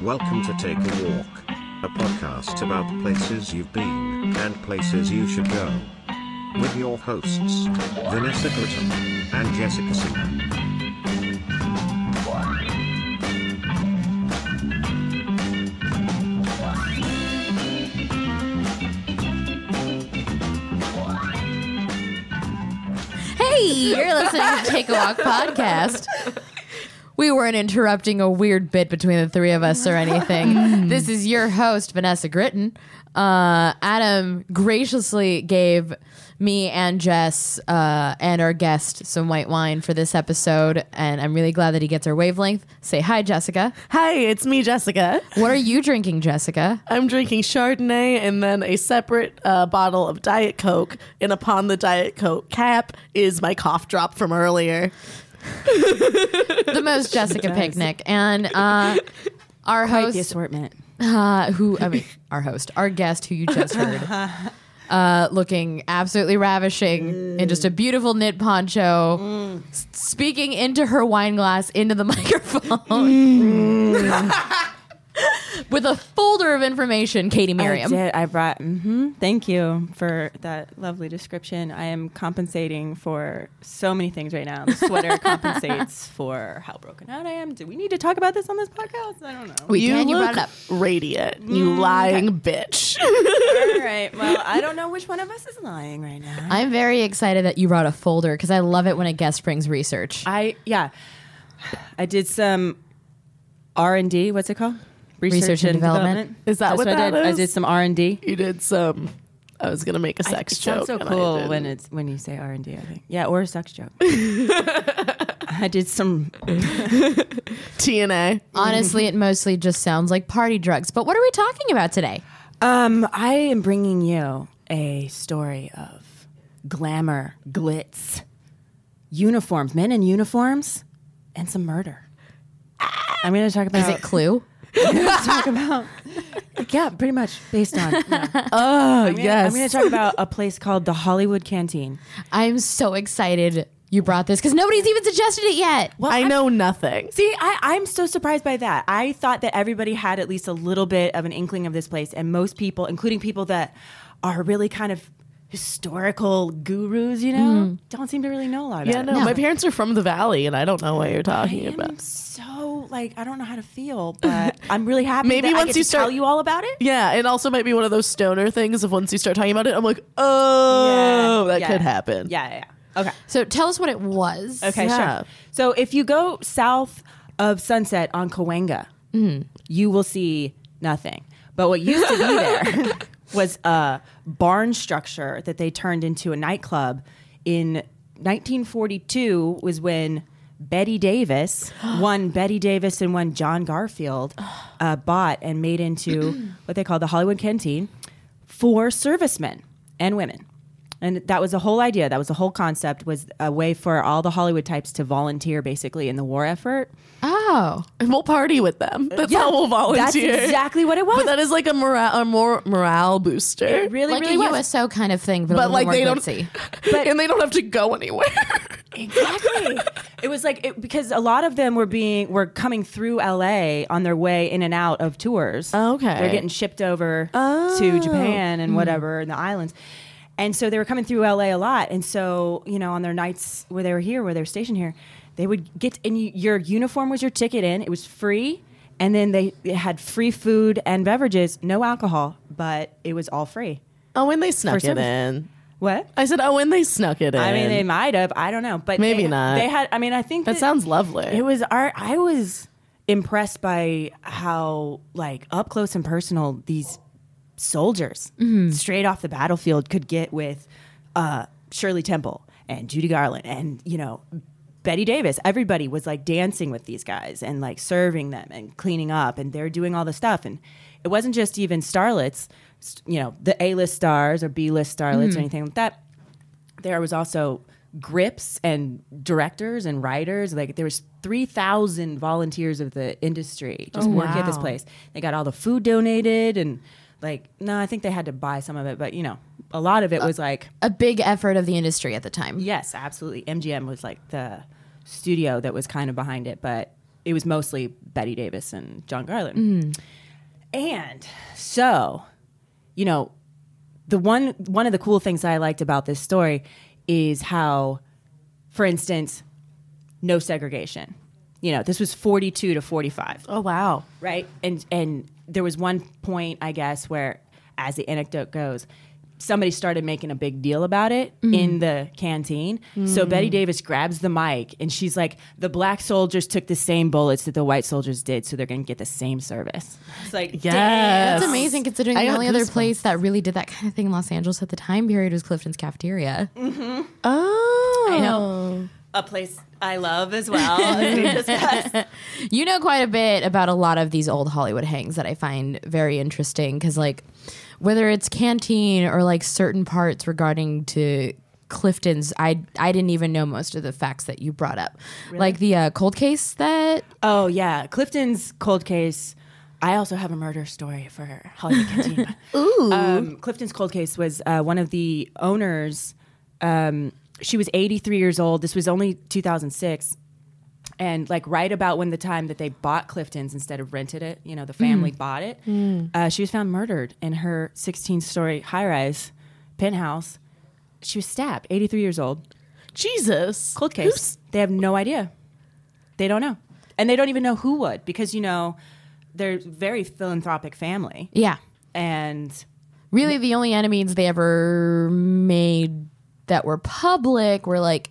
Welcome to Take a Walk, a podcast about places you've been and places you should go. With your hosts, Vanessa Gritton and Jessica Singer. Hey, you're listening to Take a Walk podcast. We weren't interrupting a weird bit between the three of us or anything. this is your host, Vanessa Gritton. Uh, Adam graciously gave me and Jess uh, and our guest some white wine for this episode, and I'm really glad that he gets our wavelength. Say hi, Jessica. Hi, it's me, Jessica. What are you drinking, Jessica? I'm drinking Chardonnay and then a separate uh, bottle of Diet Coke. And upon the Diet Coke cap is my cough drop from earlier. The most Jessica picnic. And uh, our Quite the host, assortment. uh, who I mean, our host, our guest, who you just heard, uh, looking absolutely ravishing in just a Mm. beautiful knit poncho, s- speaking into her wine glass into the microphone. Mm. With a folder of information, Katie I Merriam. did. I brought. hmm thank you for that lovely description. I am compensating for so many things right now. The sweater compensates for how broken out I am. Do we need to talk about this on this podcast? I don't know. We can. You look brought it up. radiant, Mm, you lying bitch. All right. Well, I don't know which one of us is lying right now. I'm very excited that you brought a folder because I love it when a guest brings research. I yeah. I did some R and D. What's it called? Research and development. Is that That's what I that did. I is? did some R and D. you did some. I was gonna make a sex it joke. sounds so and I cool didn't. when it's when you say R and D. I think yeah, or a sex joke. I did some. TNA. Honestly, it mostly just sounds like party drugs. But what are we talking about today? Um, I am bringing you a story of glamour, glitz, uniforms, men in uniforms, and some murder. I'm going to talk Is about it Clue? talk about yeah, pretty much based on. yeah. Oh I'm yes. going to talk about a place called the Hollywood Canteen. I'm so excited you brought this because nobody's even suggested it yet. I know nothing. See, I, I'm so surprised by that. I thought that everybody had at least a little bit of an inkling of this place, and most people, including people that are really kind of historical gurus, you know, don't seem to really know a lot about Mm-hmm. Yeah, it. no, My parents are from the valley, and I don't know what you're talking about. I'm so like I don't know how to feel, but I'm really happy. Maybe that I once get you to start- tell you all about it. Yeah, it also might be one of those stoner things of once you start talking about it, I'm like, oh, that yeah. could happen. Yeah, yeah, yeah. Okay. So tell us what it was. Okay, Yeah. sure. So if you go south of Sunset on Cahuenga, you will see nothing. But what used to be there was a barn structure that they turned into a nightclub. In 1942 was when Betty Davis, one Betty Davis and one John Garfield, uh, bought and made into what they call the Hollywood Canteen for servicemen and women and that was the whole idea that was the whole concept was a way for all the hollywood types to volunteer basically in the war effort Oh, and we'll party with them. That's how we'll that's volunteer. exactly what it was But that is like a morale, a more morale booster. it really like really a was USO kind of thing, but, a but little like more they don't, glitzy. and they don't have to go anywhere. exactly it was like it, because a lot of them were being were coming through la on their way in and out of tours Oh, Okay. they're getting shipped over to japan Hmm. and whatever in the islands and so they were coming through la a lot and so you know on their nights where they were here where they were stationed here they would get and you, your uniform was your ticket in it was free and then they they had free food and beverages no alcohol but it was all free oh, when they snuck service. in. what I said, oh, when they snuck it in. I mean, they might have. I don't know, but Maybe they- not. They had. I mean, I think that sounds lovely. It was our. I was impressed by how like up close and personal these soldiers Mm-hmm. straight off the battlefield could get with uh, Shirley Temple and Judy Garland and you know Betty Davis. Everybody was like dancing with these guys and like serving them and cleaning up and they're doing all the stuff and it wasn't just even starlets, s- you know, the A list stars or B list starlets Mm. or anything like that there was also grips and directors and writers like there was 3000 volunteers of the industry just working at this place they got all the food donated and like no i think they had to buy some of it but you know a lot of it was like a big effort of the industry at the time. yes absolutely mgm was like the studio that was kind of behind it but it was mostly Betty Davis and John Garland. And so, you know, the one one of the cool things that I liked about this story is how, for instance, no segregation. You know, this was forty two to forty five Oh wow. right? And and there was one point, I guess, where, as the anecdote goes, somebody started making a big deal about it in the canteen. So Betty Davis grabs the mic and she's like, "The black soldiers took the same bullets that the white soldiers did, so they're going to get the same service." It's like, Yes. damn. That's amazing considering I the got only other goosebumps. place that really did that kind of thing in Los Angeles at the time period was Clifton's Cafeteria. Oh. I know. A place I love as well. as we discussed. You know quite a bit about a lot of these old Hollywood hangs that I find very interesting because, like, whether it's canteen or like certain parts regarding to Clifton's, I I didn't even know most of the facts that you brought up, like the uh, cold case that oh yeah, Clifton's cold case. I also have a murder story for Hollywood Cantina. Ooh. Um, Clifton's cold case was uh, one of the owners. Um, she was 83 years old. This was only 2006. And like right about when the time that they bought Clifton's instead of rented it, you know, the family bought it. Uh, she was found murdered in her 16-story high-rise penthouse. She was stabbed. 83 years old. Jesus. Cold case. They have no idea. They don't know. And they don't even know who would because, you know, they're a very philanthropic family. yeah, And really the only enemies they ever made that were public were like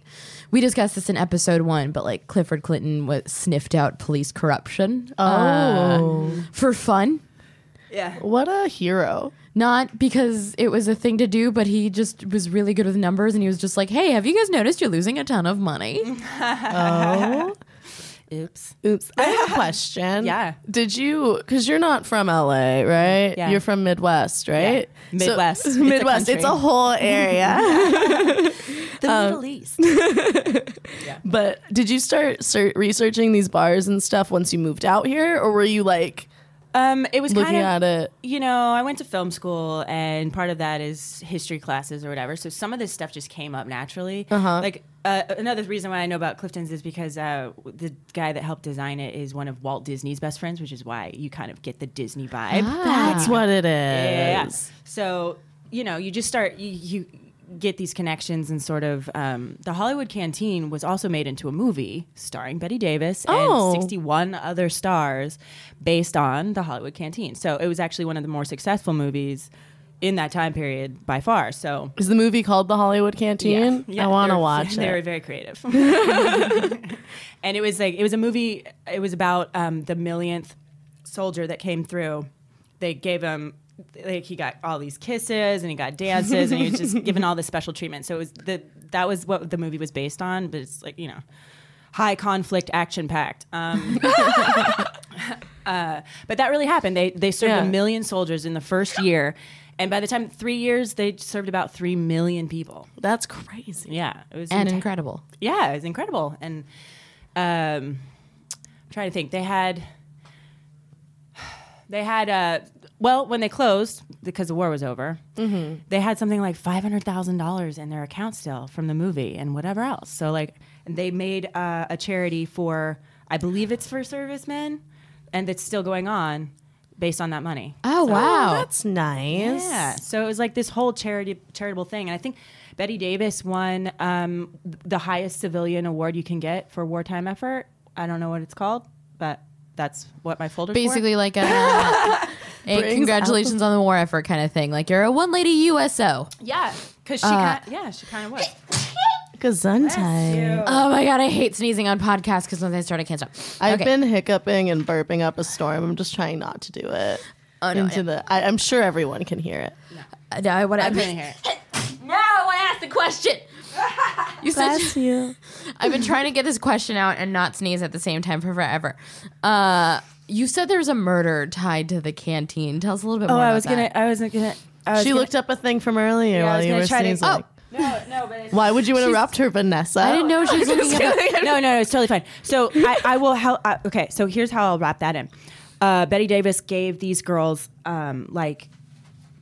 we discussed this in episode one, but like Clifford Clinton was sniffed out police corruption oh. for fun. yeah. What a hero. not because it was a thing to do, but he just was really good with numbers and he was just like, hey, have you guys noticed you're losing a ton of money? Oops. Oops. I have a question. Yeah. Did you, because you're not from LA, right? Yeah. You're from Midwest, right? Yeah. So- Midwest. It's a Midwest. It's a country. whole area. The Middle East. but did you start ser- researching these bars and stuff once you moved out here? Or were you like Um, it was looking at kind of, it? you know, I went to film school and part of that is history classes or whatever. So some of this stuff just came up naturally. Uh-huh. Like uh, another reason why I know about Clifton's is because uh, the guy that helped design it is one of Walt Disney's best friends, which is why you kind of get the Disney vibe. That's what it is. yeah. So you know, you just start you, you get these connections and sort of um, the Hollywood Canteen was also made into a movie starring Betty Davis Oh. and 61 other stars based on the Hollywood Canteen. So it was actually one of the more successful movies in that time period by far. So Is the movie called The Hollywood Canteen? I want they to were- watch They were it. very creative. and it was like it was a movie. It was about um, the millionth soldier that came through. They gave him like he got all these kisses and he got dances and he was just given all this special treatment. So it was the that was what the movie was based on. But it's like you know, high conflict, action packed. Um, uh, but that really happened. They they served Yeah. a million soldiers in the first year. And by the time three years, they served about three million people. That's crazy. Yeah, it was and inten- incredible. yeah, it was incredible. And um, I'm trying to think, they had they had uh, well when they closed because the war was over, Mm-hmm. they had something like five hundred thousand dollars in their account still from the movie and whatever else. So like and they made uh, a charity for I believe it's for servicemen, and it's still going on based on that money. Oh, wow. That's nice. Yeah. So it was like this whole charity charitable thing, and I think Betty Davis won um, the highest civilian award you can get for wartime effort. I don't know what it's called, but that's what my folder Basically, like a, a congratulations on the war effort kind of thing. Like you're a one lady USO. Yeah, because she kind yeah she kind of was. Gesundheit. Oh my God, I hate sneezing on podcasts because once I start, I can't stop. I've Okay. been hiccuping and burping up a storm. I'm just trying not to do it. no, Into the, I, I'm sure everyone can hear it. Uh, no, I, what I, I've been here. No, I asked the question. You said you- you. I've been trying to get this question out and not sneeze at the same time for forever. Uh, you said there's a murder tied to the canteen. Tell us a little bit Oh, more. I about was gonna. that. I was gonna. I was She gonna- looked up a thing from earlier I while was you gonna were try to- sneezing. Oh, No, no, but it's, Why would you interrupt her, Vanessa? I didn't know she was Oh, looking at. no, no, no, it's totally fine. So I, I will help. I, okay, so here's how I'll wrap that in. Uh, Betty Davis gave these girls um, like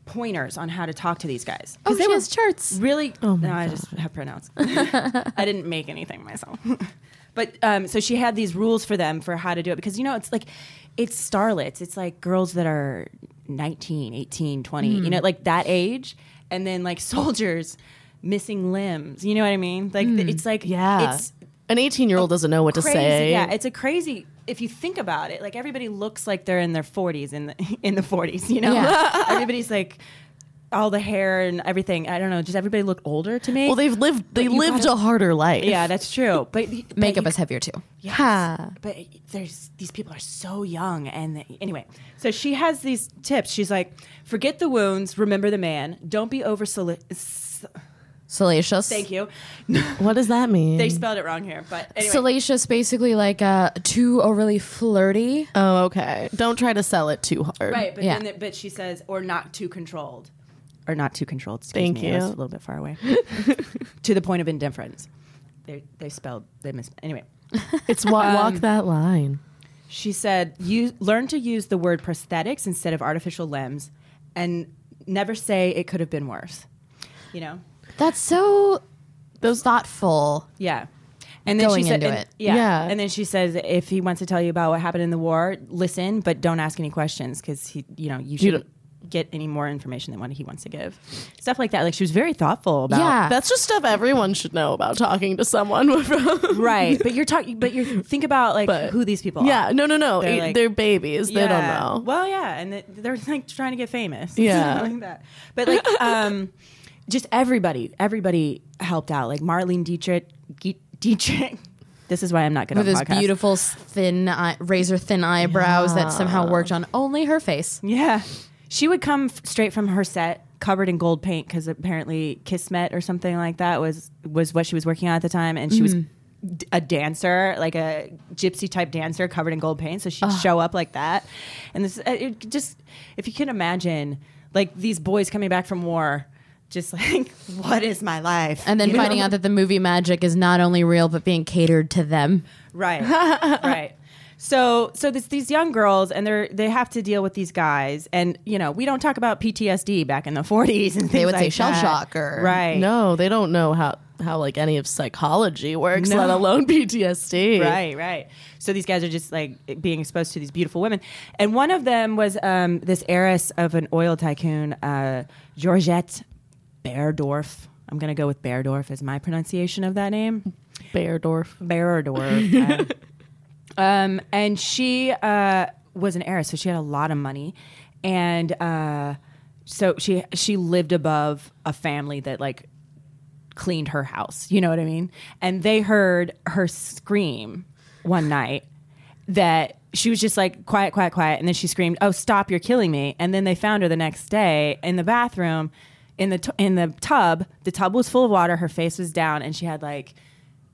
pointers on how to talk to these guys. Oh, she has charts. Really? no, I just have pronouns. I didn't make anything myself. But um, so she had these rules for them for how to do it because you know it's like it's starlets. It's like girls that are 19, 18, 20, you know, like that age and then like soldiers missing limbs. You know what I mean? Like th- it's like Yeah. it's An 18 year old doesn't know what to crazy. say. Yeah, it's a crazy. If you think about it, like everybody looks like they're in their forties in the in the forties. You know, Yeah. everybody's like all the hair and everything. I don't know. Does everybody look older to me? well, they've lived they But you lived gotta- a harder life. yeah, that's true. But but Makeup you- is heavier too. Yes. But there's these people are so young, and they, anyway, so she has these tips. She's like, forget the wounds, remember the man. Don't be over. Salacious. Thank you. What does that mean? They spelled it wrong here, but anyway. Salacious, basically like uh, too overly flirty. oh, okay. Don't try to sell it too hard. Right, but Yeah. then the, but she says, or not too controlled, or not too controlled. Excuse Thank me, I was you. a little bit far away. to the point of indifference. They they spelled they mis anyway. It's wa- Um, walk that line. She said, "You learn to use the word prosthetics instead of artificial limbs, and never say it could have been worse." You know, That's so those thoughtful. yeah. And then Going she said, into and- it. Yeah. Yeah. And then she says, if he wants to tell you about what happened in the war, listen, but don't ask any questions because he, you know, you shouldn't get any more information than what he wants to give. Stuff like that. Like she was very thoughtful about. Yeah. That's just stuff everyone should know about talking to someone. From. Right. But you're talking. But you think about like But- who these people are. Yeah, no, no, no. E, They're They're, like- babies. They don't Yeah. know. Well, yeah, and they- they're like trying to get famous. Yeah. Something like that. But like, um, just everybody, everybody helped out. Like Marlene Dietrich, Ge- Dietrich. This is why I'm not good With on those podcasts. beautiful s- thin, eye, razor thin eyebrows that somehow worked on only her face. Yeah, she would come f- straight from her set, covered in gold paint, because apparently Kismet or something like that was was what she was working on at the time, and she was d- a dancer, like a gypsy type dancer, covered in gold paint. So she'd show up like that, and this uh, it just if you can imagine, like these boys coming back from war. Just like, what is my life? And then You know? finding out that the movie magic is not only real, but being catered to them. Right. right. So so this, these young girls and they're they have to deal with these guys and you know we don't talk about PTSD back in the 40s and They things would say like shell that. shock or- right No, they don't know how how like any of psychology works, No. let alone PTSD. right right so these guys are just like being exposed to these beautiful women and one of them was um, this heiress of an oil tycoon uh, Georgette Berdorf I'm gonna go with Berdorf as my pronunciation of that name Beardorf. Berador. um, and she uh, was an heiress, so she had a lot of money, and uh, so she she lived above a family that like cleaned her house. You know what I mean? And they heard her scream one night that she was just like quiet, quiet, quiet, and then she screamed, "Oh, stop! You're killing me!" And then they found her the next day in the bathroom. In the, t- in the tub, the tub was full of water. Her face was down, and she had like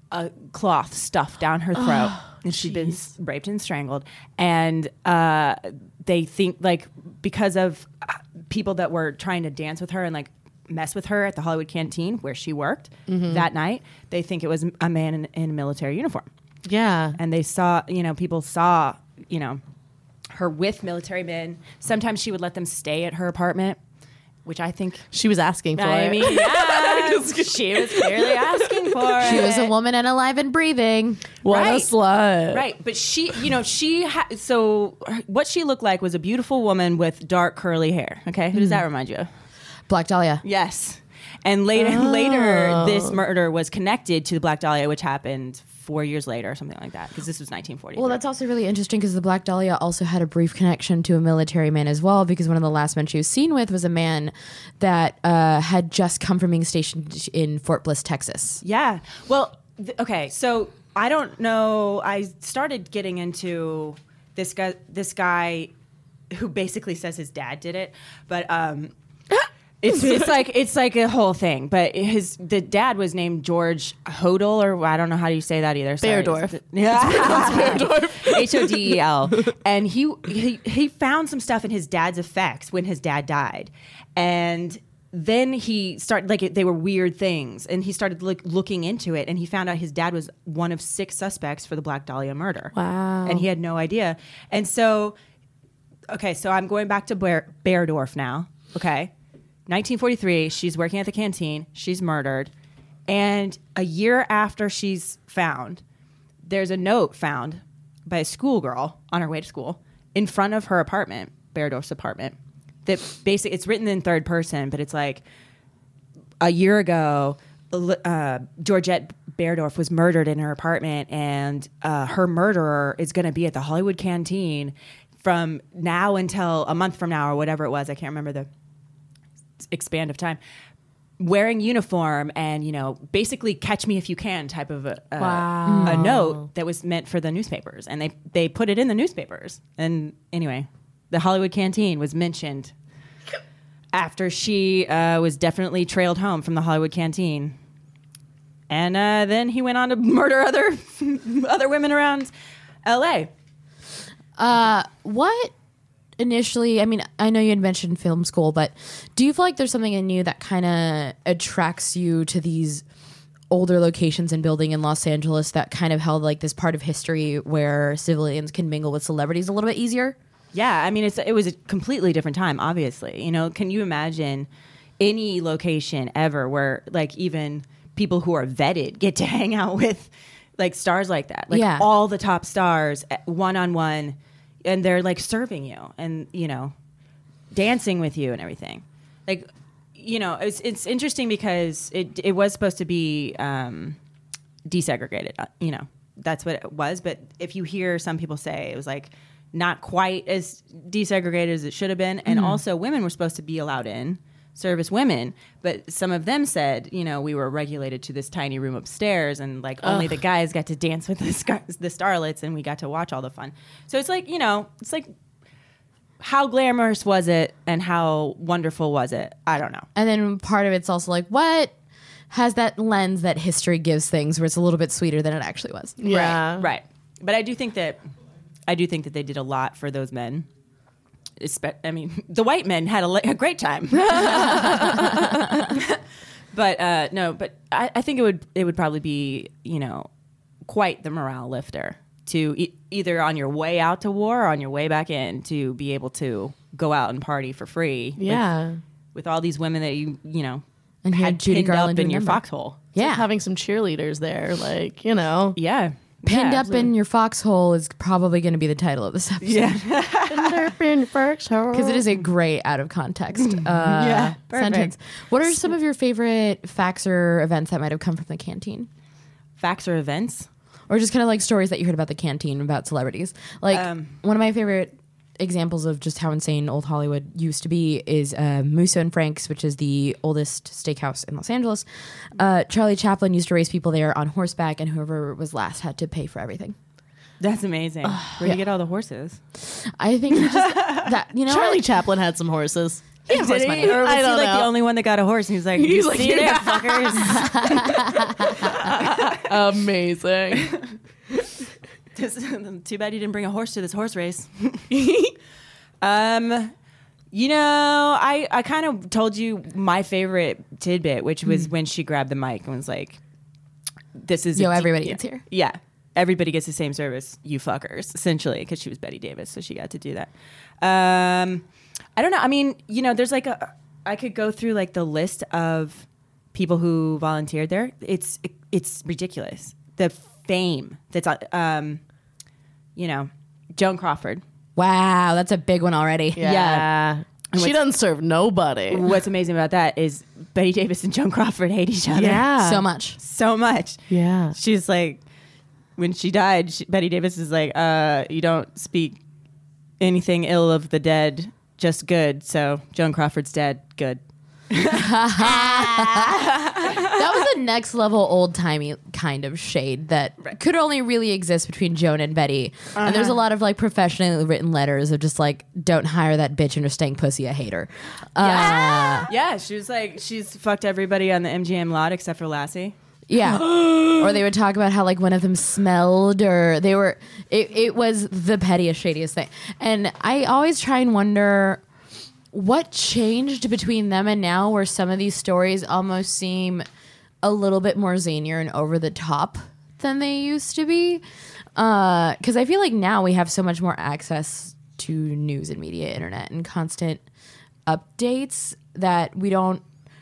a cloth stuffed down her throat Oh, and she'd been s- raped and strangled and uh, they think like because of uh, people that were trying to dance with her and like mess with her at the hollywood canteen where she worked Mm-hmm. that night they think it was m- a man in, in a military uniform Yeah. and they saw you know people saw you know her with military men sometimes she would let them stay at her apartment which i think She was asking for I it. mean, yeah, she was clearly asking for She it. was a woman and alive and breathing. what right. a slut. Right, but she, you know, she ha- so her- what she looked like was a beautiful woman with dark curly hair. Okay, who does Hmm. that remind you of? Black Dahlia. Yes. And later, Oh. later, this murder was connected to the Black Dahlia, which happened four years later or something like that, because this was 1940. Well, that's also really interesting because the Black Dahlia also had a brief connection to a military man as well, because one of the last men she was seen with was a man that uh, had just come from being stationed in Fort Bliss, Texas. Yeah. Well, th- okay. So I don't know. I started getting into this guy. This guy who basically says his dad did it, but um, it's it's like it's like a whole thing. But his the dad was named George Hodel, or I don't know how do you say that either. Sorry. Beardorf. Yeah. H O D E L. And he, he he found some stuff in his dad's effects when his dad died. And then he started like they were weird things and he started look, looking into it and he found out his dad was one of six suspects for the Black Dahlia murder. Wow. And he had no idea. And so okay, so I'm going back to Bear, Beardorf now. Okay. 1943, she's working at the canteen. She's murdered. And a year after she's found, there's a note found by a schoolgirl on her way to school in front of her apartment, Berdorf's apartment. That basically, it's written in third person, but it's like a year ago, uh, Georgette Berdorf was murdered in her apartment, and uh, her murderer is going to be at the Hollywood Canteen from now until a month from now, or whatever it was. I can't remember the expand of time wearing uniform and you know basically catch me if you can type of a, a, a note that was meant for the newspapers and they they put it in the newspapers and anyway the hollywood canteen was mentioned after she uh, was definitely trailed home from the hollywood canteen and uh, then he went on to murder other other women around la What initially? I mean, I know you had mentioned film school, but do you feel like there's something in you that kind of attracts you to these older locations and building in Los Angeles that kind of held like this part of history where civilians can mingle with celebrities a little bit easier? Yeah, I mean, it's it was a completely different time. Obviously, you know, can you imagine any location ever where like even people who are vetted get to hang out with like stars like that, like Yeah. all the top stars one on one, and they're like serving you and you know dancing with you and everything, like. You know, it's it's interesting because it it was supposed to be um, desegregated. uh, You know, that's what it was. But if you hear some people say it was like not quite as desegregated as it should have been, and also women were supposed to be allowed in service women but some of them said you know we were regulated to this tiny room upstairs and like only the guys got to dance with the, scar- the starlets and we got to watch all the fun so it's like you know it's like how glamorous was it and how wonderful was it i don't know And then part of it's also like, what has that lens that history gives things where it's a little bit sweeter than it actually was? Yeah. Right. But I do think that I do think that they did a lot for those men. Espe- I mean, the white men had a, le- a great time. but uh, no, but I, I think it would it would probably be you know quite the morale lifter to e- either on your way out to war or on your way back in to be able to go out and party for free. with- Yeah. With, all these women that you you know And hear had Judy pinned Garland up in doing your number. foxhole. Yeah. Like having some cheerleaders there, like, you know. Yeah. Pinned Yeah. up in your foxhole is probably going to be the title of this episode because Because it is a Mm. great out of context uh, sentence. What are some of your favorite facts or events that might have come from the canteen? Facts or events. or just kind of like stories that you heard about the canteen about celebrities. Like Um, one of my favorite examples of just how insane old Hollywood used to be is uh, Musso and Frank's, which is the oldest steakhouse in Los Angeles. Uh, Charlie Chaplin used to race people there on horseback, and whoever was last had to pay for everything. That's amazing. Where do you get all the horses? I think he just that you know Charlie like, Chaplin had some horses. Did he? Or was I don't he like know. the only one that got a horse? And he's like, He's "You like, see there, "Yeah." fuckers. Amazing. Just- Too bad you didn't bring a horse to this horse race. um, you know, I, I kind of told you my favorite tidbit, which Hmm. was when she grabbed the mic and was like, this is yo a de- everybody yeah. gets here. Yeah. Everybody gets the same service, you fuckers, essentially, because she was Betty Davis, so she got to do that. Um, I don't know. I mean, you know, there's like a, I could go through like the list of people who volunteered there. It's it's ridiculous. The fame that's, on- um, you know, Joan Crawford. Wow, that's a big one already. Yeah. She what's- doesn't serve nobody. Uh, What's amazing about that is Betty Davis and Joan Crawford hate each other so much. so much. Yeah. she's like when she died she, betty davis is like uh you don't speak anything ill of the dead just good so joan crawford's dead good That was the next level old timey kind of shade that could only really exist between Joan and Betty. And there's a lot of like professionally written letters of just like, don't hire that bitch and her stank pussy, I hate her. Uh, yeah she was like she's fucked everybody on the mgm lot except for lassie yeah. or they would talk about how like one of them smelled or they were, it, it was the pettiest, shadiest thing. And I always try and wonder what changed between them and now where some of these stories almost seem a little bit more zanier and over the top than they used to be because i feel like now we have so much more access to news and media internet and constant updates that we don't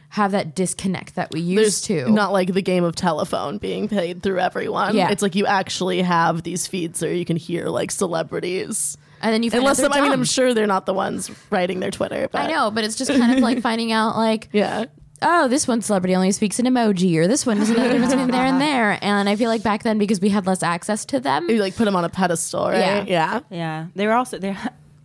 have that disconnect that we There's used to. not like the game of telephone being played through everyone. Yeah. It's like you actually have these feeds where you can hear like celebrities. and then you find Unless out them, they're I mean, I'm dumb. sure they're not the ones writing their Twitter. But I know, but it's just kind of like finding out like Yeah. oh, this one celebrity only speaks in emoji, or this one doesn't know the difference between there and there. And I feel like back then, because we had less access to them, You like put them on a pedestal, right? Yeah. Yeah, they were also they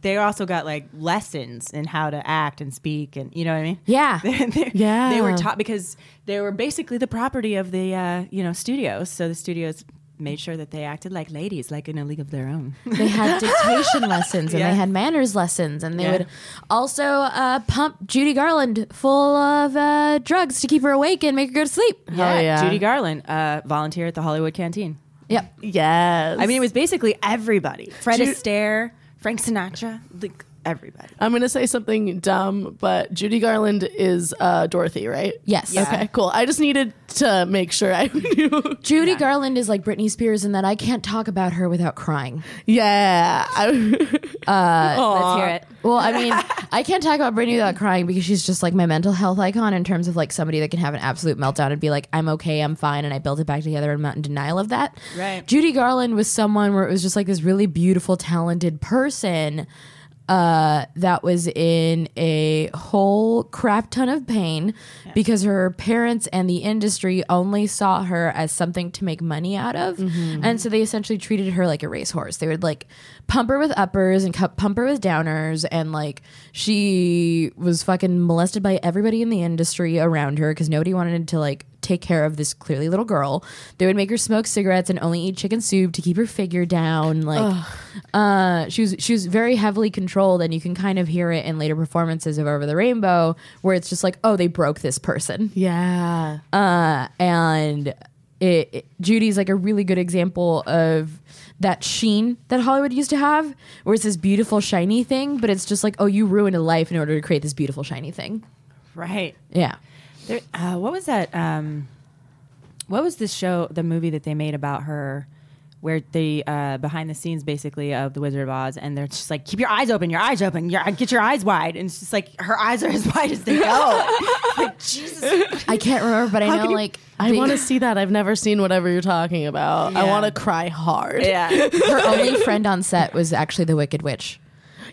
they also got like lessons in how to act and speak, and you know what I mean. Yeah. They- they- Yeah. They were taught because they were basically the property of the uh, you know studios, so the studios made sure that they acted like ladies, like in a league of their own. they had dictation lessons and Yeah. they had manners lessons, and they Yeah. would also uh, pump Judy Garland full of uh, drugs to keep her awake and make her go to sleep. Oh, yeah. Judy Garland, uh, volunteer at the Hollywood Canteen. Yep. Yes. I mean, it was basically everybody: Fred Ju- Astaire, Frank Sinatra, like everybody. I'm gonna say something dumb, but Judy Garland is uh, Dorothy, right? Yes. Okay, cool. I just needed to make sure I knew. Judy Garland is like Britney Spears in that I can't talk about her without crying. yeah. I, Let's hear it. Uh, Well, I mean, I can't talk about Britney without crying because she's just like my mental health icon in terms of like somebody that can have an absolute meltdown and be like, I'm okay, I'm fine, and I built it back together and I'm not in denial of that. Right. Judy Garland was someone where it was just like this really beautiful, talented person uh, that was in a whole crap ton of pain because her parents and the industry only saw her as something to make money out of. And so they essentially treated her like a racehorse. They would like pump her with uppers and cup pump her with downers. And like she was fucking molested by everybody in the industry around her because nobody wanted to like take care of this clearly little girl. They would make her smoke cigarettes and only eat chicken soup to keep her figure down. Like, uh, she was she was very heavily controlled, and you can kind of hear it in later performances of Over the Rainbow, where it's just like, oh, they broke this person yeah. and it, it- Judy's like a really good example of that sheen that Hollywood used to have, where it's this beautiful shiny thing, but it's just like, oh, you ruined a life in order to create this beautiful shiny thing. Right. Yeah, There, uh, what was that? Um, what was the show, the movie that they made about her, where the uh, behind the scenes basically of The Wizard of Oz, and they're just like, keep your eyes open, your eyes open, your, get your eyes wide, and it's just like her eyes are as wide as they go. like Jesus, I can't remember, but I know can you- like I the- want to see that. I've never seen whatever you're talking about. I Yeah. want to cry hard. yeah, her only friend on set was actually the Wicked Witch.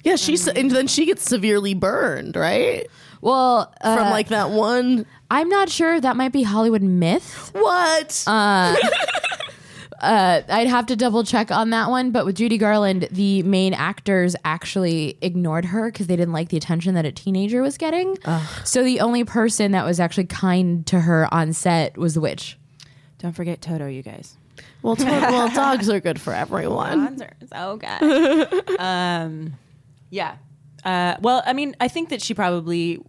Yeah. She's and then she gets severely burned, right? Well, uh, From like that one. I'm not sure that might be Hollywood myth. What? uh, I'd have to double check on that one. But with Judy Garland, the main actors actually ignored her because they didn't like the attention that a teenager was getting. So the only person that was actually kind to her on set was the witch. don't forget Toto, you guys. well, to- well, dogs are good for everyone. Oh god. um, yeah. Uh, well, I mean, I think that she probably.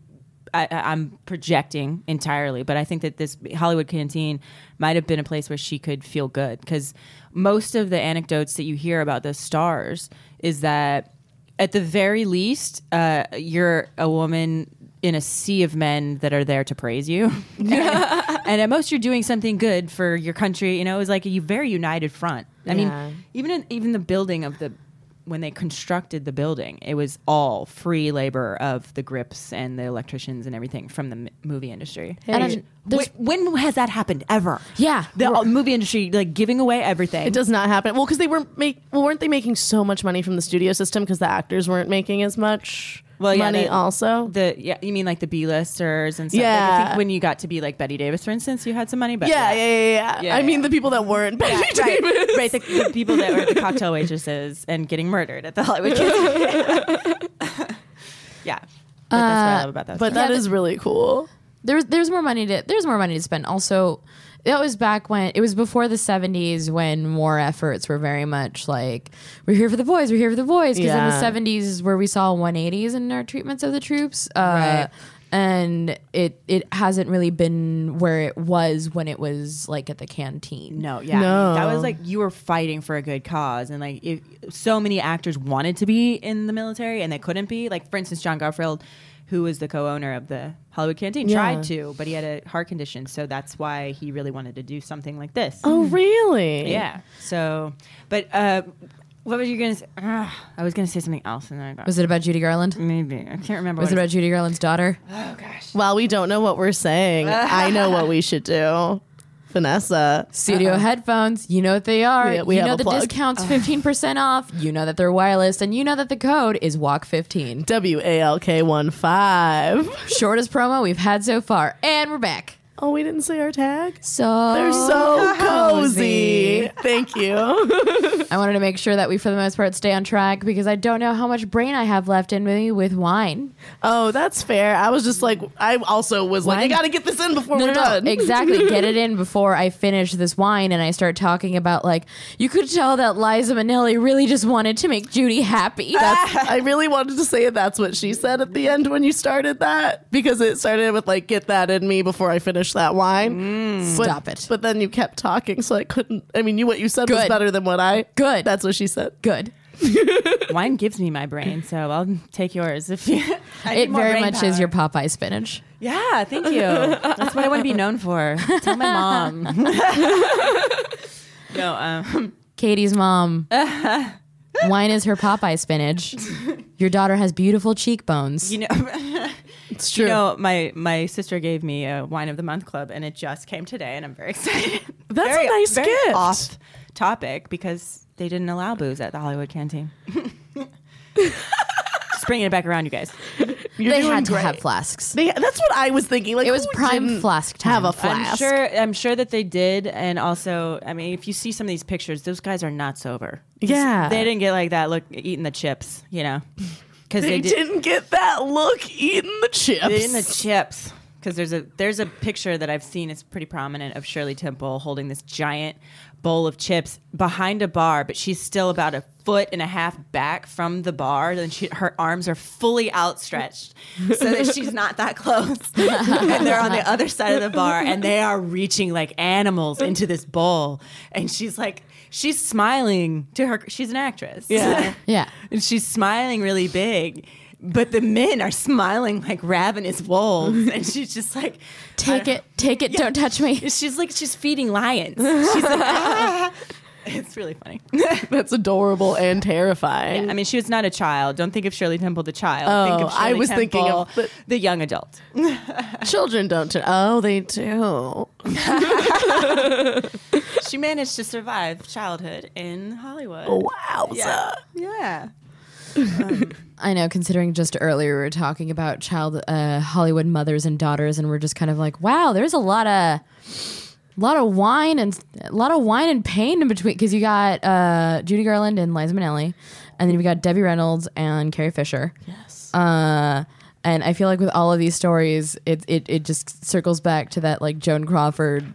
I, I- I'm projecting entirely, but I think that this Hollywood canteen might have been a place where she could feel good because most of the anecdotes that you hear about the stars is that at the very least, uh, you're a woman in a sea of men that are there to praise you. and, and at most, you're doing something good for your country. You know, it was like a very united front. I Yeah. mean, even in, even the building of the when they constructed the building, it was all free labor of the grips and the electricians and everything from the m- movie industry. And I- When, there's- when has that happened ever? Yeah. the uh, movie industry like giving away It everything. does not happen. Well, because they weren't make. Well, weren't they making so much money from the studio system because the actors weren't making as much Well, yeah, money? the- also, The yeah, you mean like the B-listers and stuff. Like, I Yeah. think when you got to be like Betty Davis, for instance, you had some money. But yeah, yeah, yeah, yeah, Yeah, I mean, yeah. the people that weren't Betty Yeah, right, Davis. right. The, the people that were the cocktail waitresses and getting murdered at the Hollywood. Canteen. yeah, but that's what I love about that. But story. that Yeah, is really cool. There's there's more money to there's more money to spend. Also, that was back when it was before the 70s when war efforts were very much like we're here for the boys, we're here for the boys. Because Yeah. in the 70s is where we saw 180s in our treatments of the troops. Uh, Right. And it it hasn't really been where it was when it was like at the canteen. No, yeah. No. That was like you were fighting for a good cause. And like if so many actors wanted to be in the military and they couldn't be. Like for instance, John Garfield, who was the co owner of the Hollywood Canteen, tried to, but he had a heart condition. So that's why he Oh, really wanted to do something like this. Oh, really? Yeah. So but uh What were you gonna say? Ugh, I was gonna say something else, and then I got Was it about Judy Mm. Garland? maybe I can't remember. Was it what about Judy Garland's daughter? Uh-uh. While we don't know what we're saying, I know what we should do. Vanessa. Studio headphones, you know what they are. Yeah, we you have know a the plug. Uh. discount's fifteen percent off. You know that they're wireless, and you know that the code is walk fifteen. W A L K 1 5. Shortest promo we've had so far, and we're back. Oh, we didn't say our tag? So They're Oh, so cozy. Thank you. I wanted to make sure that we, for the most part, stay on track because I don't know how much brain I have left in me with wine. Oh, that's fair. I was just like, I also was like, Why? I got to get this in before No, we're no, no, done. exactly. Get it in before I finish this wine and I start talking about like you could tell that Liza Minnelli really just wanted to make Judy happy. That's, I really wanted to say that's what she said at the end when you started that because it started with like get that in me before I finish that wine. But- Mm. Stop it. But then you kept talking, so I couldn't. I mean, you what you said was Good. better than what I. Good. That's what she said. good. it- wine gives me my brain, so I'll take yours if you. I need It more very brain much is power. your Popeye spinach. Yeah, thank you. That's what I want to be known for. Tell my mom. no, um, Katie's mom. wine is her Popeye spinach. Your daughter has beautiful cheekbones. you know, It's true. you know, my my sister gave me a wine of the month club, and it just came today, and I'm very excited. That's a Very- nice very gift. Off topic because they didn't allow booze at the Hollywood Canteen. just bringing it back around, you guys. You're they doing had to great. have flasks. They, that's what I was thinking. Like It was who prime didn't flask time. Have a I'm flask. sure. I'm sure that they did, and also, I mean, if you see some of these pictures, those guys are not sober. Yeah. they didn't get like that. Look, eating the chips, you know, because They they, did, didn't get that look eating the chips. they eating the chips. Because there's a there's a picture that I've seen. It's pretty prominent of Shirley Temple holding this giant bowl of chips behind a bar, but she's still about a foot and a half back from the bar. Then she, her arms are fully outstretched, so that she's not that close. and they're on the other side of the bar, and they are reaching like animals into this bowl. And she's like, she's smiling to her. She's an actress. Yeah. Yeah. And she's smiling really big, but the men are smiling like ravenous wolves. And she's just like, Take it, take it, don't touch me. she's like, she's feeding lions. She's like, "Ah." It's really funny. That's adorable and terrifying. I mean, she was not a child. Don't think of Shirley Temple the child. Oh, think of Shirley I was thinking Temple, of the- the young adult. Children don't. Turn, oh, they do. She managed to survive childhood in Hollywood. Oh. Wowza. yeah. yeah. I know, considering just earlier we were talking about child uh, Hollywood mothers and daughters, and we're just kind of like, wow, there's a lot of lot of wine and a lot of wine and pain in between because you got uh, Judy Garland and Liza Minnelli, and then we got Debbie Reynolds and Carrie Fisher. Yes. Uh, and I feel like with all of these stories, it it, it just circles back to that like Joan Crawford,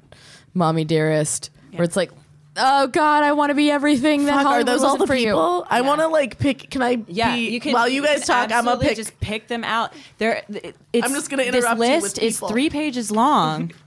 "Mommy Dearest," where it's like, oh God, I want to be everything that Fuck, Hollywood are those wasn't all the for you. people? I want to like pick. Can I? Yeah, be- you can. While you guys can talk, I'm gonna absolutely pick. Just pick them out. There, it's, I'm just gonna This interrupt you with list is people. three pages long.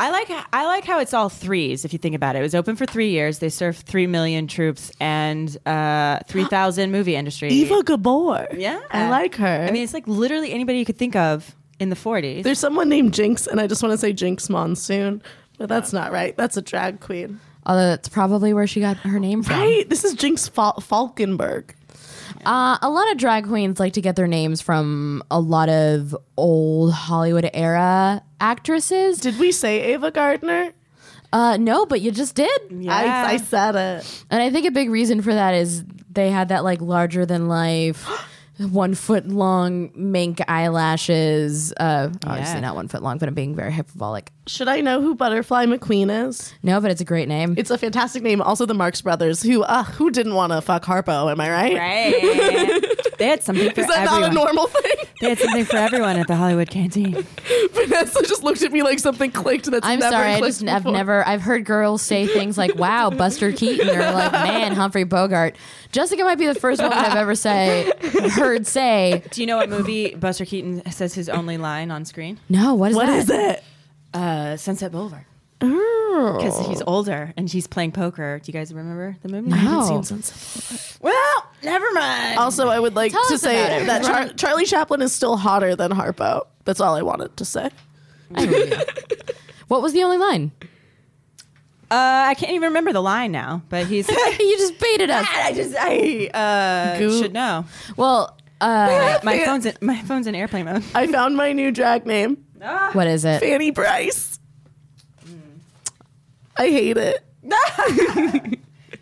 I like I like how it's all threes. If you think about it, it was open for three years. They served three million troops and uh, three thousand movie industry. Eva Gabor. yeah, I like her. I mean, it's like literally anybody you could think of in the forties. there's someone named Jinx, and I just want to say Jinx Monsoon, but that's not right. That's a drag queen. Although that's probably where she got her name from. Right? This is Jinx Fal- Falkenberg. Uh, a lot of drag queens like to get their names from a lot of old Hollywood era actresses. Did we say Ava Gardner? Uh, no, but you just did. Yeah. I, I said it. And I think a big reason for that is they had that like larger than life, one foot long mink eyelashes. Uh, obviously Yeah. not one foot long, but I'm being very hyperbolic. Should I know who Butterfly McQueen is? No, but it's a great name. It's a fantastic name. Also, the Marx Brothers, who uh, who didn't want to fuck Harpo? Am I right? right. they had something for Is that everyone. not a normal thing? they had something for everyone at the Hollywood canteen. Vanessa just looked at me like something clicked. That's I'm never sorry, I clicked just I've before. never I've heard girls say things like "Wow, Buster Keaton" or like "Man, Humphrey Bogart." Jessica might be the first woman I've ever say heard say Do you know what movie Buster Keaton says his only line on screen? No, what is What that? is it? Uh, Sunset Boulevard. Oh. Because he's older and he's playing poker. Do you guys remember the movie? Uh, No. Well, never mind. Also, I would like Tell to us say about it. that Char- Charlie Chaplin is still hotter than Harpo. That's all I wanted to say. I don't know. what was the only line? Uh, I can't even remember the line now, but he's. God, you just baited us. Ah! I just I uh, Goo- should know. Well, uh, My phone's in, my phone's in airplane mode. I found my new drag name, what is it? Fanny Bryce. Hmm. I hate it.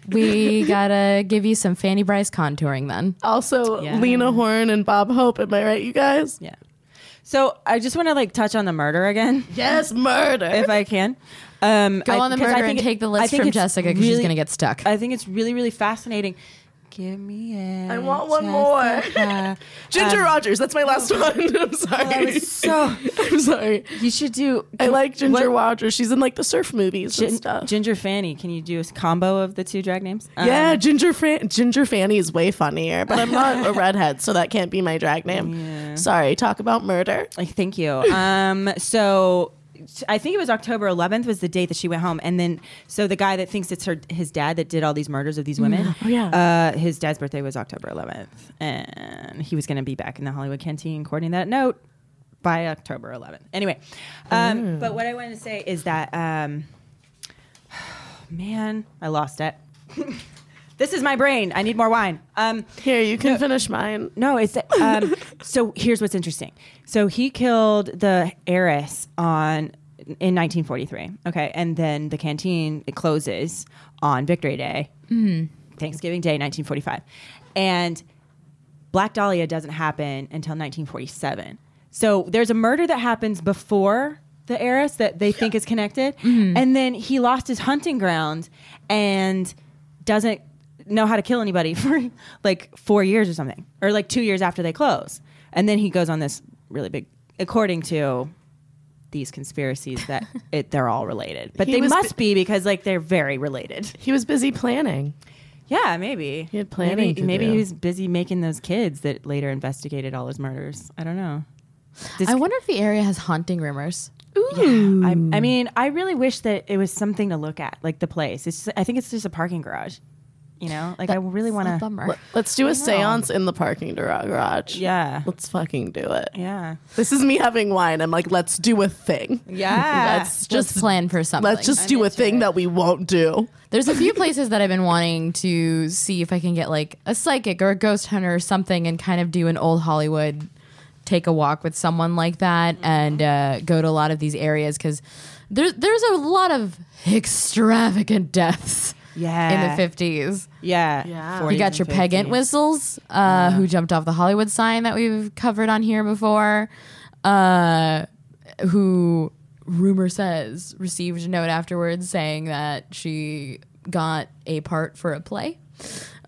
We gotta give you some Fanny Bryce contouring then. Also, Yeah. Lena Horne and Bob Hope. Am I right, you guys? Yeah. So I just want to like touch on the murder again, Yes, murder. if I can. Um, Go I- on the 'cause I murder think and it- take the I list think from it's Jessica because she's really- gonna get stuck. I think it's really really fascinating. Give me it. I want one more. Jessica. um, Ginger Rogers. That's my last one. I'm sorry. That oh. was so. I'm sorry. You should do. I like Ginger What- Rogers. She's in like the surf movies and Gin- stuff. Ginger Fanny. Can you do a combo of the two drag names? Um, yeah, Ginger Fan- Ginger Fanny is way funnier, but I'm not a redhead, so that can't be my drag name. Sorry. Talk about murder. Like, Thank you. Um, so I think it was October 11th was the date that she went home, and then so the guy that thinks it's her his dad that did all these murders of these women. Oh, yeah. Uh, his dad's birthday was October 11th, and he was going to be back in the Hollywood canteen courting that note by October 11th. Anyway, um, Mm. but what I wanted to say is that um, man, I lost it. this is my brain. I need more wine. Um, Here, you can finish mine. no, it's um, so. Here's what's interesting. So he killed the heiress on in 1943. Okay, and then the canteen it closes on Victory Day, Thanksgiving Day, 1945, and Black Dahlia doesn't happen until 1947. So there's a murder that happens before the heiress that they think is connected, Mm-hmm. and then he lost his hunting ground and doesn't know how to kill anybody for like four years or something, or like two years after they close, and then he goes on this really big, according to these conspiracies that it, they're all related, but He they was must be because like they're very related. He was busy planning. Yeah, maybe He had planning Maybe, to maybe do. he was busy making those kids that later investigated all his murders. I don't know. This- I wonder if the area has haunting rumors. Yeah, I, I mean, I really wish that it was something to look at, like the place. It's. I think it's just a parking garage. You know, like I really A want to. bummer. Let- Let's do a seance in the parking gar- garage. Yeah. Let's fucking do it. Yeah. This is me having wine. I'm like, let's do a thing. Yeah. Let's Just just plan for something. let's just do a thing that we won't do. There's a few places that I've been wanting to see if I can get like a psychic or a ghost hunter or something and kind of do an old Hollywood take a walk with someone like that and uh, go to a lot of these areas because there, there's a lot of extravagant deaths Yeah. in the 50s. yeah. Yeah. You 40s got and your Pegant 50s. whistles, uh, who jumped off the Hollywood sign that we've covered on here before, uh, who rumor says received a note afterwards saying that she got a part for a play.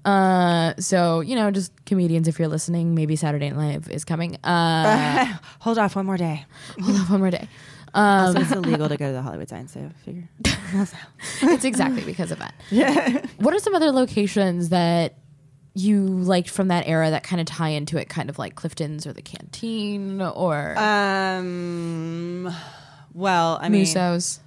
Uh, so you know, just comedians, if you're listening, maybe Saturday Night Live is coming. Uh, Hold off one more day. hold on one more day. also, it's illegal to go to the Hollywood sign, so figure. it's exactly because of that. What are some other locations that you liked from that era that kind of tie into it, kind of like Clifton's or the Canteen or Um. Well, I mean, Musos?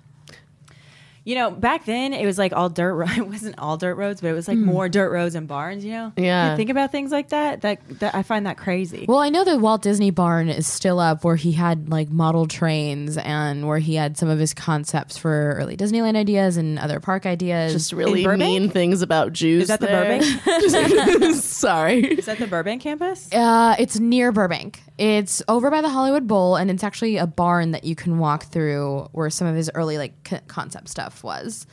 you know, back then it was like all dirt. Ro- it wasn't all dirt roads, but it was like more dirt roads and barns. You know, Yeah. You think about things like that. That, that I find that crazy. Well, I know the Walt Disney Barn is still up where he had like model trains and where he had some of his concepts for early Disneyland ideas and other park ideas. Just really In Burbank? mean things about Jews. Is that the there. Burbank? Sorry. Is that the Burbank campus? Uh, it's near Burbank. It's over by the Hollywood Bowl, and it's actually a barn that you can walk through where some of his early like c- concept stuff was,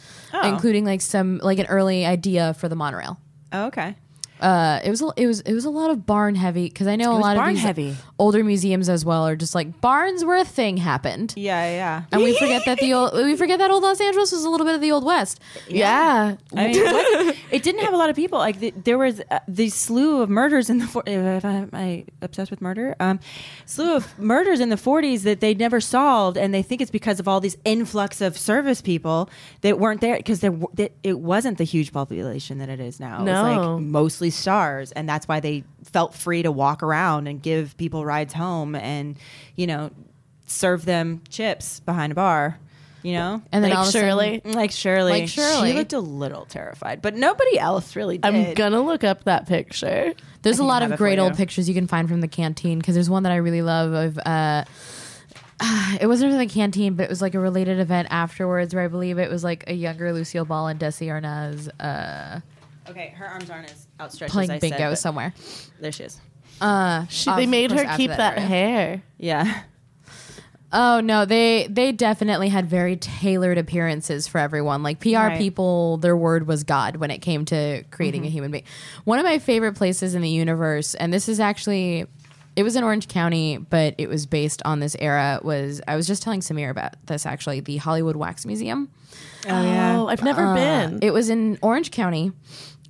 including like some like an early idea for the monorail. Oh, okay. Uh, it was a- it was it was a lot of barn heavy because I know a was lot of barn these heavy. older museums as well are just like barns where a thing happened. Yeah, yeah. And we forget that the old we forget that old Los Angeles was a little bit of the old West. Yeah. I mean, it, wasn't- it didn't have a lot of people. Like the, there was uh, the slew of murders in the. For- if I, am I obsessed with murder? Um, slew of murders in the 40s that they never solved, and they think it's because of all these influx of service people that weren't there because there w- that it wasn't the huge population that it is now. It was No. like mostly stars, and that's why they felt free to walk around and give people rides home, and you know, serve them chips behind a bar. You know, And then Like all of a sudden- Shirley. like Shirley. Like Shirley. She looked a little terrified, but nobody else really did. I'm gonna look up that picture. There's a I lot have of it for great old you. pictures you can find from the canteen because there's one that I really love of uh, it wasn't from the canteen, but it was like a related event afterwards where I believe it was like a younger Lucille Ball and Desi Arnaz uh, Okay, her arms aren't as outstretched playing as I bingo said. but somewhere. There she is. She, Of they made course, her after keep that, that, right? hair. Yeah. Oh no, they they definitely had very tailored appearances for everyone. Like PR Right. Mm-hmm. people, their word was God when it came to creating a human being. One of my favorite places in the universe, and this is actually it was in Orange County, but it was based on this era. Was I was just telling Samir about this actually, the Hollywood Wax Museum. Oh yeah. Oh, I've never been. It was in Orange County.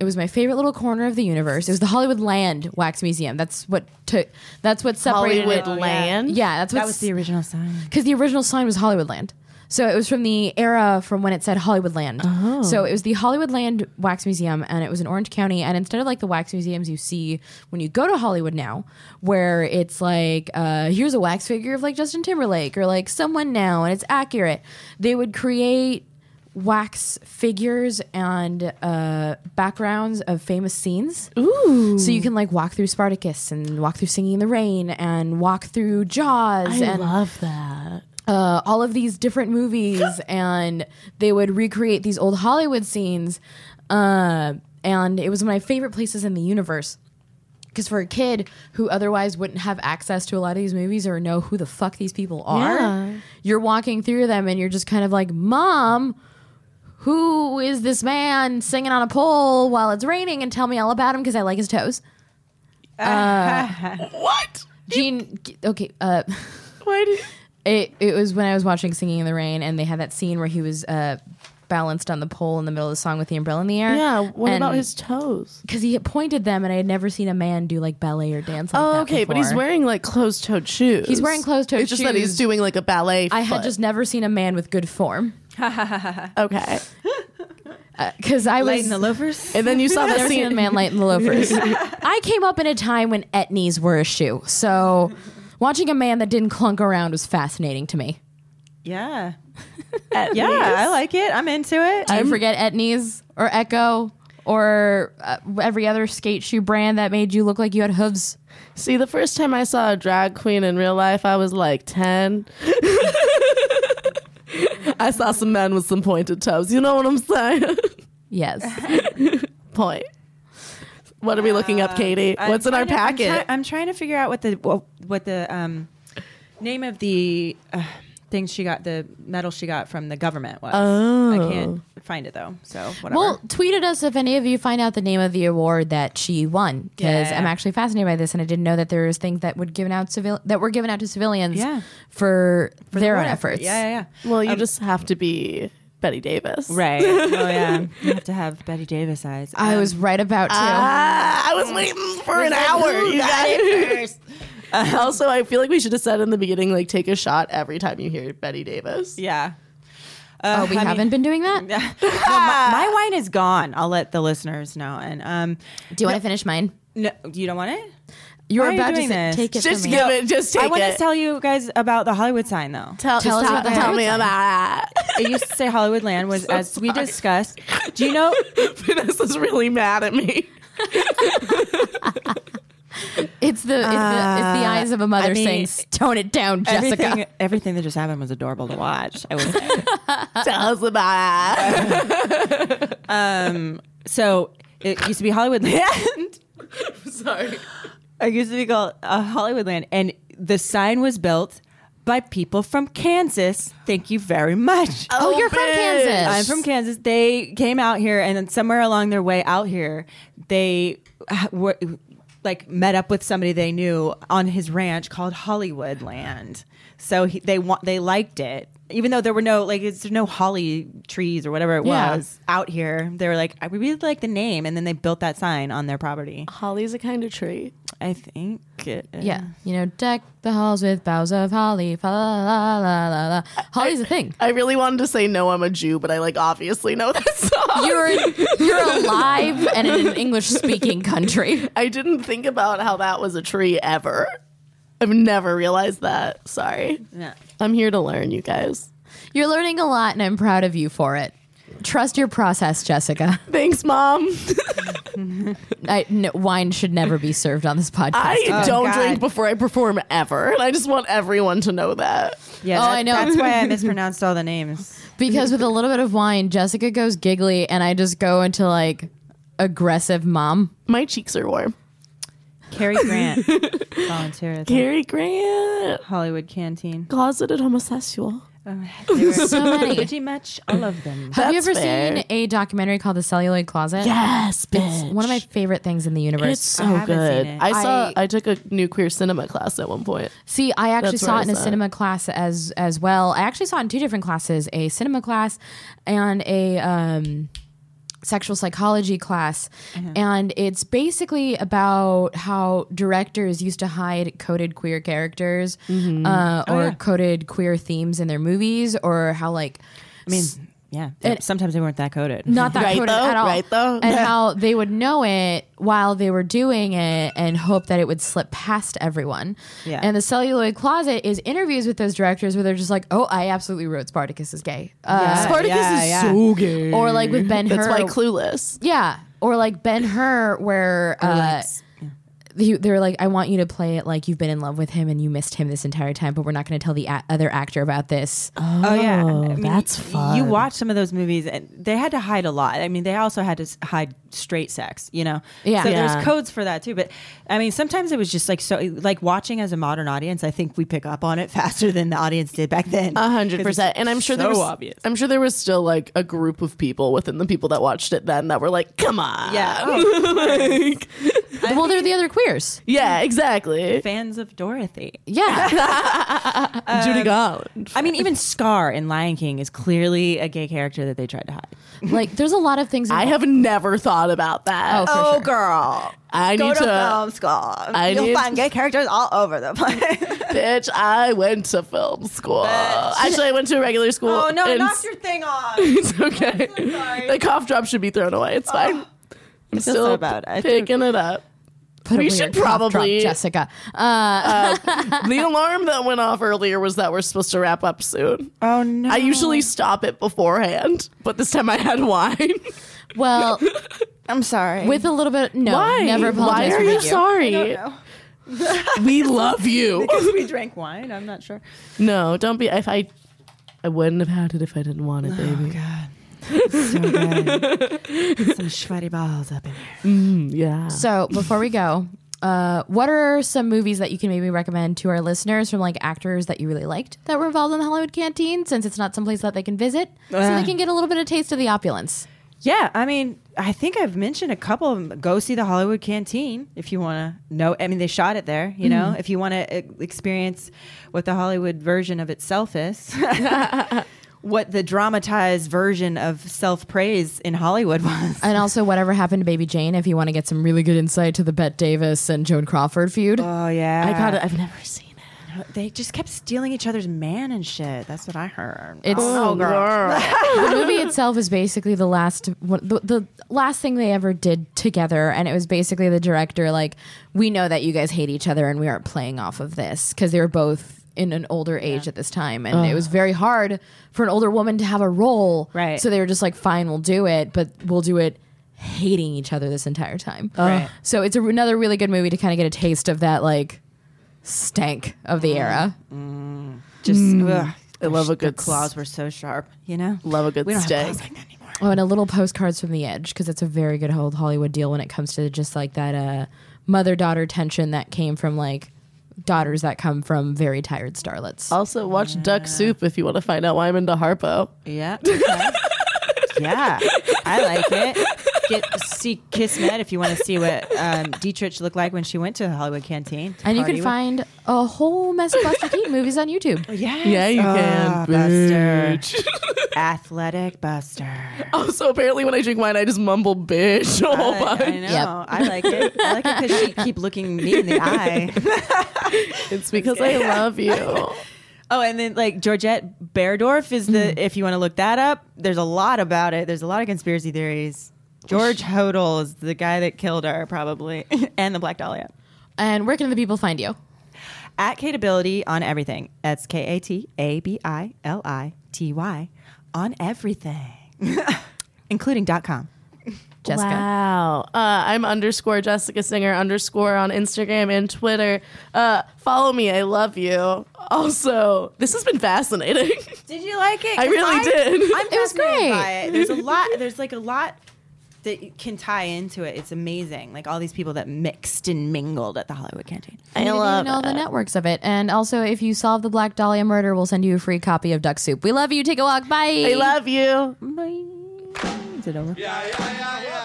It was my favorite little corner of the universe. It was the Hollywood Land Wax Museum. That's what took. That's what separated. Hollywood it. Land. Yeah, that's what That was the original sign. because the original sign was Hollywoodland. So it was from the era from when it said Hollywoodland. So it was the Hollywoodland Wax Museum, and it was in Orange County. And instead of like the wax museums you see when you go to Hollywood now, where it's like, uh, here's a wax figure of like Justin Timberlake or like someone now, and it's accurate, they would create wax figures and uh, backgrounds of famous scenes. So you can like walk through Spartacus and walk through Singing in the Rain and walk through Jaws I and love that. uh, all of these different movies and they would recreate these old Hollywood scenes. Uh, and it was one of my favorite places in the universe. Because for a kid who otherwise wouldn't have access to a lot of these movies or know who the fuck these people are, Yeah. you're walking through them and you're just kind of like, Mom, who is this man singing on a pole while it's raining? And tell me all about him because I like his toes. Uh, What? Gene, okay, uh, Why did? It it was when I was watching Singing in the Rain, and they had that scene where he was uh, balanced on the pole in the middle of the song with the umbrella in the air. Yeah. What about his toes? Because he had pointed them, and I had never seen a man do like ballet or dance. Like Oh, that okay, but he's before. wearing like closed-toed shoes. He's wearing closed-toed It's just that shoes. he's doing like a ballet. I had foot. just never seen a man with good form okay, because I was. Lighten the loafers. and then you saw I've that never seen a scene. man light in the loafers. I came up in a time when etnies were a shoe, so watching a man that didn't clunk around was fascinating to me. Yeah. at Yeah, least. I like it. I'm into it. Do you forget etnies or Echo or uh, every other skate shoe brand that made you look like you had hooves? See, the first time I saw a drag queen in real life, I was like 10. I saw some men with some pointed toes. You know what I'm saying? Yes. Point. What are we looking up, Katie? I'm What's in our trying to- I'm packet? try- I'm, trying to figure out what the what, what the um, name of the uh, thing she got the medal she got from the government was. I can't find it though. So whatever. well, tweet at us if any of you find out the name of the award that she won because Yeah. I'm actually fascinated by this and I didn't know that there was things that would given out civil that were given out to civilians Yeah. for, For the their war own effort. efforts. Yeah, yeah, yeah. well, you just have to be Betty Davis. Right. Oh yeah. You have to have Betty Davis eyes. I was right about to. uh, Ah, I was waiting for an hour. You got it first. also, I feel like we should have said in the beginning, like, take a shot every time you hear Betty Davis. yeah. oh, Uh, we I mean- haven't been doing that. No, my, my wine is gone. I'll let the listeners know. And um, Do you want to finish mine? no, you don't want it. You're Why are you about to doing say- this? take it Just from give me. it. Just take I want it. to tell you guys about the Hollywood sign, though. tell, Tell us tell- about the tell Hollywood me sign. about it. It used to say Hollywood Land was as we discussed. Do you know? Vanessa's really mad at me. It's the, it's, the, it's the eyes of a mother Uh, mean, saying, "Tone it down, Jessica." Everything, everything that just happened was adorable to watch. I would say. Tell us about it. so it used to be Hollywood Land. Sorry. It used to be called uh, Hollywood Land, and the sign was built by people from Kansas. Thank you very much. oh, you're from bitch. Kansas. I'm from Kansas. They came out here, and then somewhere along their way out here, they uh, were like met up with somebody they knew on his ranch called Hollywood Land. So he, they want they liked it, even though there were no like it's there's no holly trees or whatever it Yeah. was out here. They were like, I really like the name, and then they built that sign on their property. Holly's a kind of tree. I think it. Yeah, you know, deck the halls with boughs of holly. Fa la la la la la. Holly's a thing. I really wanted to say no, I'm a Jew, but I like obviously know that song. You're you're alive and in an English speaking country. I didn't think about how that was a tree ever. I've never realized that. Sorry. Yeah. I'm here to learn, you guys. You're learning a lot, and I'm proud of you for it. Trust your process, Jessica. Thanks, mom. I, no, wine should never be served on this podcast. I don't God. drink before I perform ever, and I just want everyone to know that. Yeah, Oh, that- I know. That's why I mispronounced all the names. because with a little bit of wine, Jessica goes giggly, and I just go into like aggressive mom. My cheeks are warm. Cary Grant, volunteer at the Gary Grant, Hollywood Canteen. closeted homosexual. So many. Pretty much all of them. Have you That's ever fair. seen a documentary called The Celluloid Closet? Yes, bitch. One of my favorite things in the universe. It's so I haven't good. seen it. I saw. I- I, took a new queer cinema class at one point. See, I actually That's saw where it in I a saw it. cinema class as as well. I actually saw it in two different classes: a cinema class and a um, sexual psychology class. Mm-hmm. And it's basically about how directors used to hide coded queer characters Mm-hmm. uh, Oh, or coded queer themes in their movies, or how like I mean, yeah. sometimes they weren't that coded. not that Right, coded though? at all, Right, though? and how they would know it while they were doing it and hope that it would slip past everyone. Yeah. And the celluloid closet is interviews with those directors where they're just like, "Oh, I absolutely wrote Spartacus is gay," uh, Spartacus yeah, is yeah. so gay. or like with Ben Hur. That's why Clueless. yeah, or like Ben Hur, where uh, he- they were like, "I want you to play it like you've been in love with him and you missed him this entire time, but we're not going to tell the a- other actor about this." Oh, yeah, I mean, that's y- fun. You watch some of those movies, and they had to hide a lot. I mean, they also had to s- hide straight sex, you know. Yeah. So Yeah. there's codes for that too. But I mean, sometimes it was just like so, like watching as a modern audience. I think we pick up on it faster than the audience did back then. A hundred percent, and I'm sure there was. so obvious. I'm sure there was still like a group of people within the people that watched it then that were like, "Come on, Yeah. Oh. Like, well, they're the other queers. yeah, exactly." Fans of Dorothy. Yeah. Judy Garland. I mean, even Scar in Lion King is clearly a gay character that they tried to hide. like there's a lot of things in I have never thought about Oh, that. for sure. girl, I need to, school. You'll need- find gay characters all over the place. bitch. I went to film school. Actually, I went to a regular school. oh no, in knock your thing off. It's okay. the cough drop should be thrown away. It's fine. I'm feel still so bad. Oh. I think- picking it up. Put a We weird should cough drop, probably- Jessica. Uh, The alarm that went off earlier was that we're supposed to wrap up soon. Oh no. I usually stop it beforehand, but this time I had wine. well, I'm sorry. with a little bit. No, Why? never Why apologize. are for you, making- sorry? we love you. we drank wine. I'm not sure. No, don't be. If I, I wouldn't have had it if I didn't want it, baby. So good. Some sweaty balls up in here. Yeah. So before we go, uh, what are some movies that you can maybe recommend to our listeners from like actors that you really liked that were involved in the Hollywood Canteen? Since it's not someplace that they can visit, so they Ah. can get a little bit of taste of the opulence. Yeah, I mean, I think I've mentioned a couple of them. Go see the Hollywood Canteen if you want to know. I mean, they shot it there, you know, Mm-hmm. if you want to experience what the Hollywood version of itself is, what the dramatized version of self praise in Hollywood was. And also, whatever happened to Baby Jane? If you want to get some really good insight to the Bette Davis and Joan Crawford feud, Oh, yeah. I got it. I've never seen it. They just kept stealing each other's man and shit. That's what I heard. Oh, it's girl. the movie itself is basically the last one- the, the last thing they ever did together and it was basically the director like we know that you guys hate each other and we aren't playing off of this because they were both in an older age at this time and it was very hard for an older woman to have a role Right. so they were just like fine we'll do it but we'll do it hating each other this entire time Right. so it's a, another really good movie to kind of get a taste of that like stank of the era just ugh, I love a their good claws were so sharp, you know. Mm. Love a good we don't steak. Have claws like that anymore. Oh, and a little postcards from the edge because it's a very good old Hollywood deal when it comes to just like that uh, mother daughter tension that came from like daughters that come from very tired starlets. Also, watch Duck Soup if you want to find out why I'm into Harpo. Yeah. okay. yeah, I like it. Get see Kiss Med if you want to see what um, Dietrich looked like when she went to the Hollywood Canteen. to and you party can with- find a whole mess of Buster Keaton movies on YouTube. Yes. Oh, Yeah, you can, Buster. Athletic Buster. Also, apparently, when I drink wine, I just mumble bitch Oh a whole I, I bunch. know. Yep. I like it. I like it because she keep looking me in the eye. It's because I love you. Oh, and then like Georgette Berdorf is Mm-hmm. the if you want to look that up, there's a lot about it. There's a lot of conspiracy theories. George Hodel is the guy that killed her, probably, and the Black Dahlia. And where can the people find you? At Kateability on everything. That's K A T A B I L I T Y on everything. including dot .com. Jessica. Wow. Uh, I'm underscore Jessica Singer underscore on Instagram and Twitter. Uh, follow me. I love you. Also, this has been fascinating. Did you like it? I 'Cause really did. I'm It was fascinated great. by it. There's a lot. There's like a lot that you can tie into it. It's amazing. Like all these people that mixed and mingled at the Hollywood Canteen. I Maybe love you know it. the networks of it. And also, if you solve the Black Dahlia murder, we'll send you a free copy of Duck Soup. We love you. Take a walk. Bye. I love you. Is it over? yeah, yeah, yeah.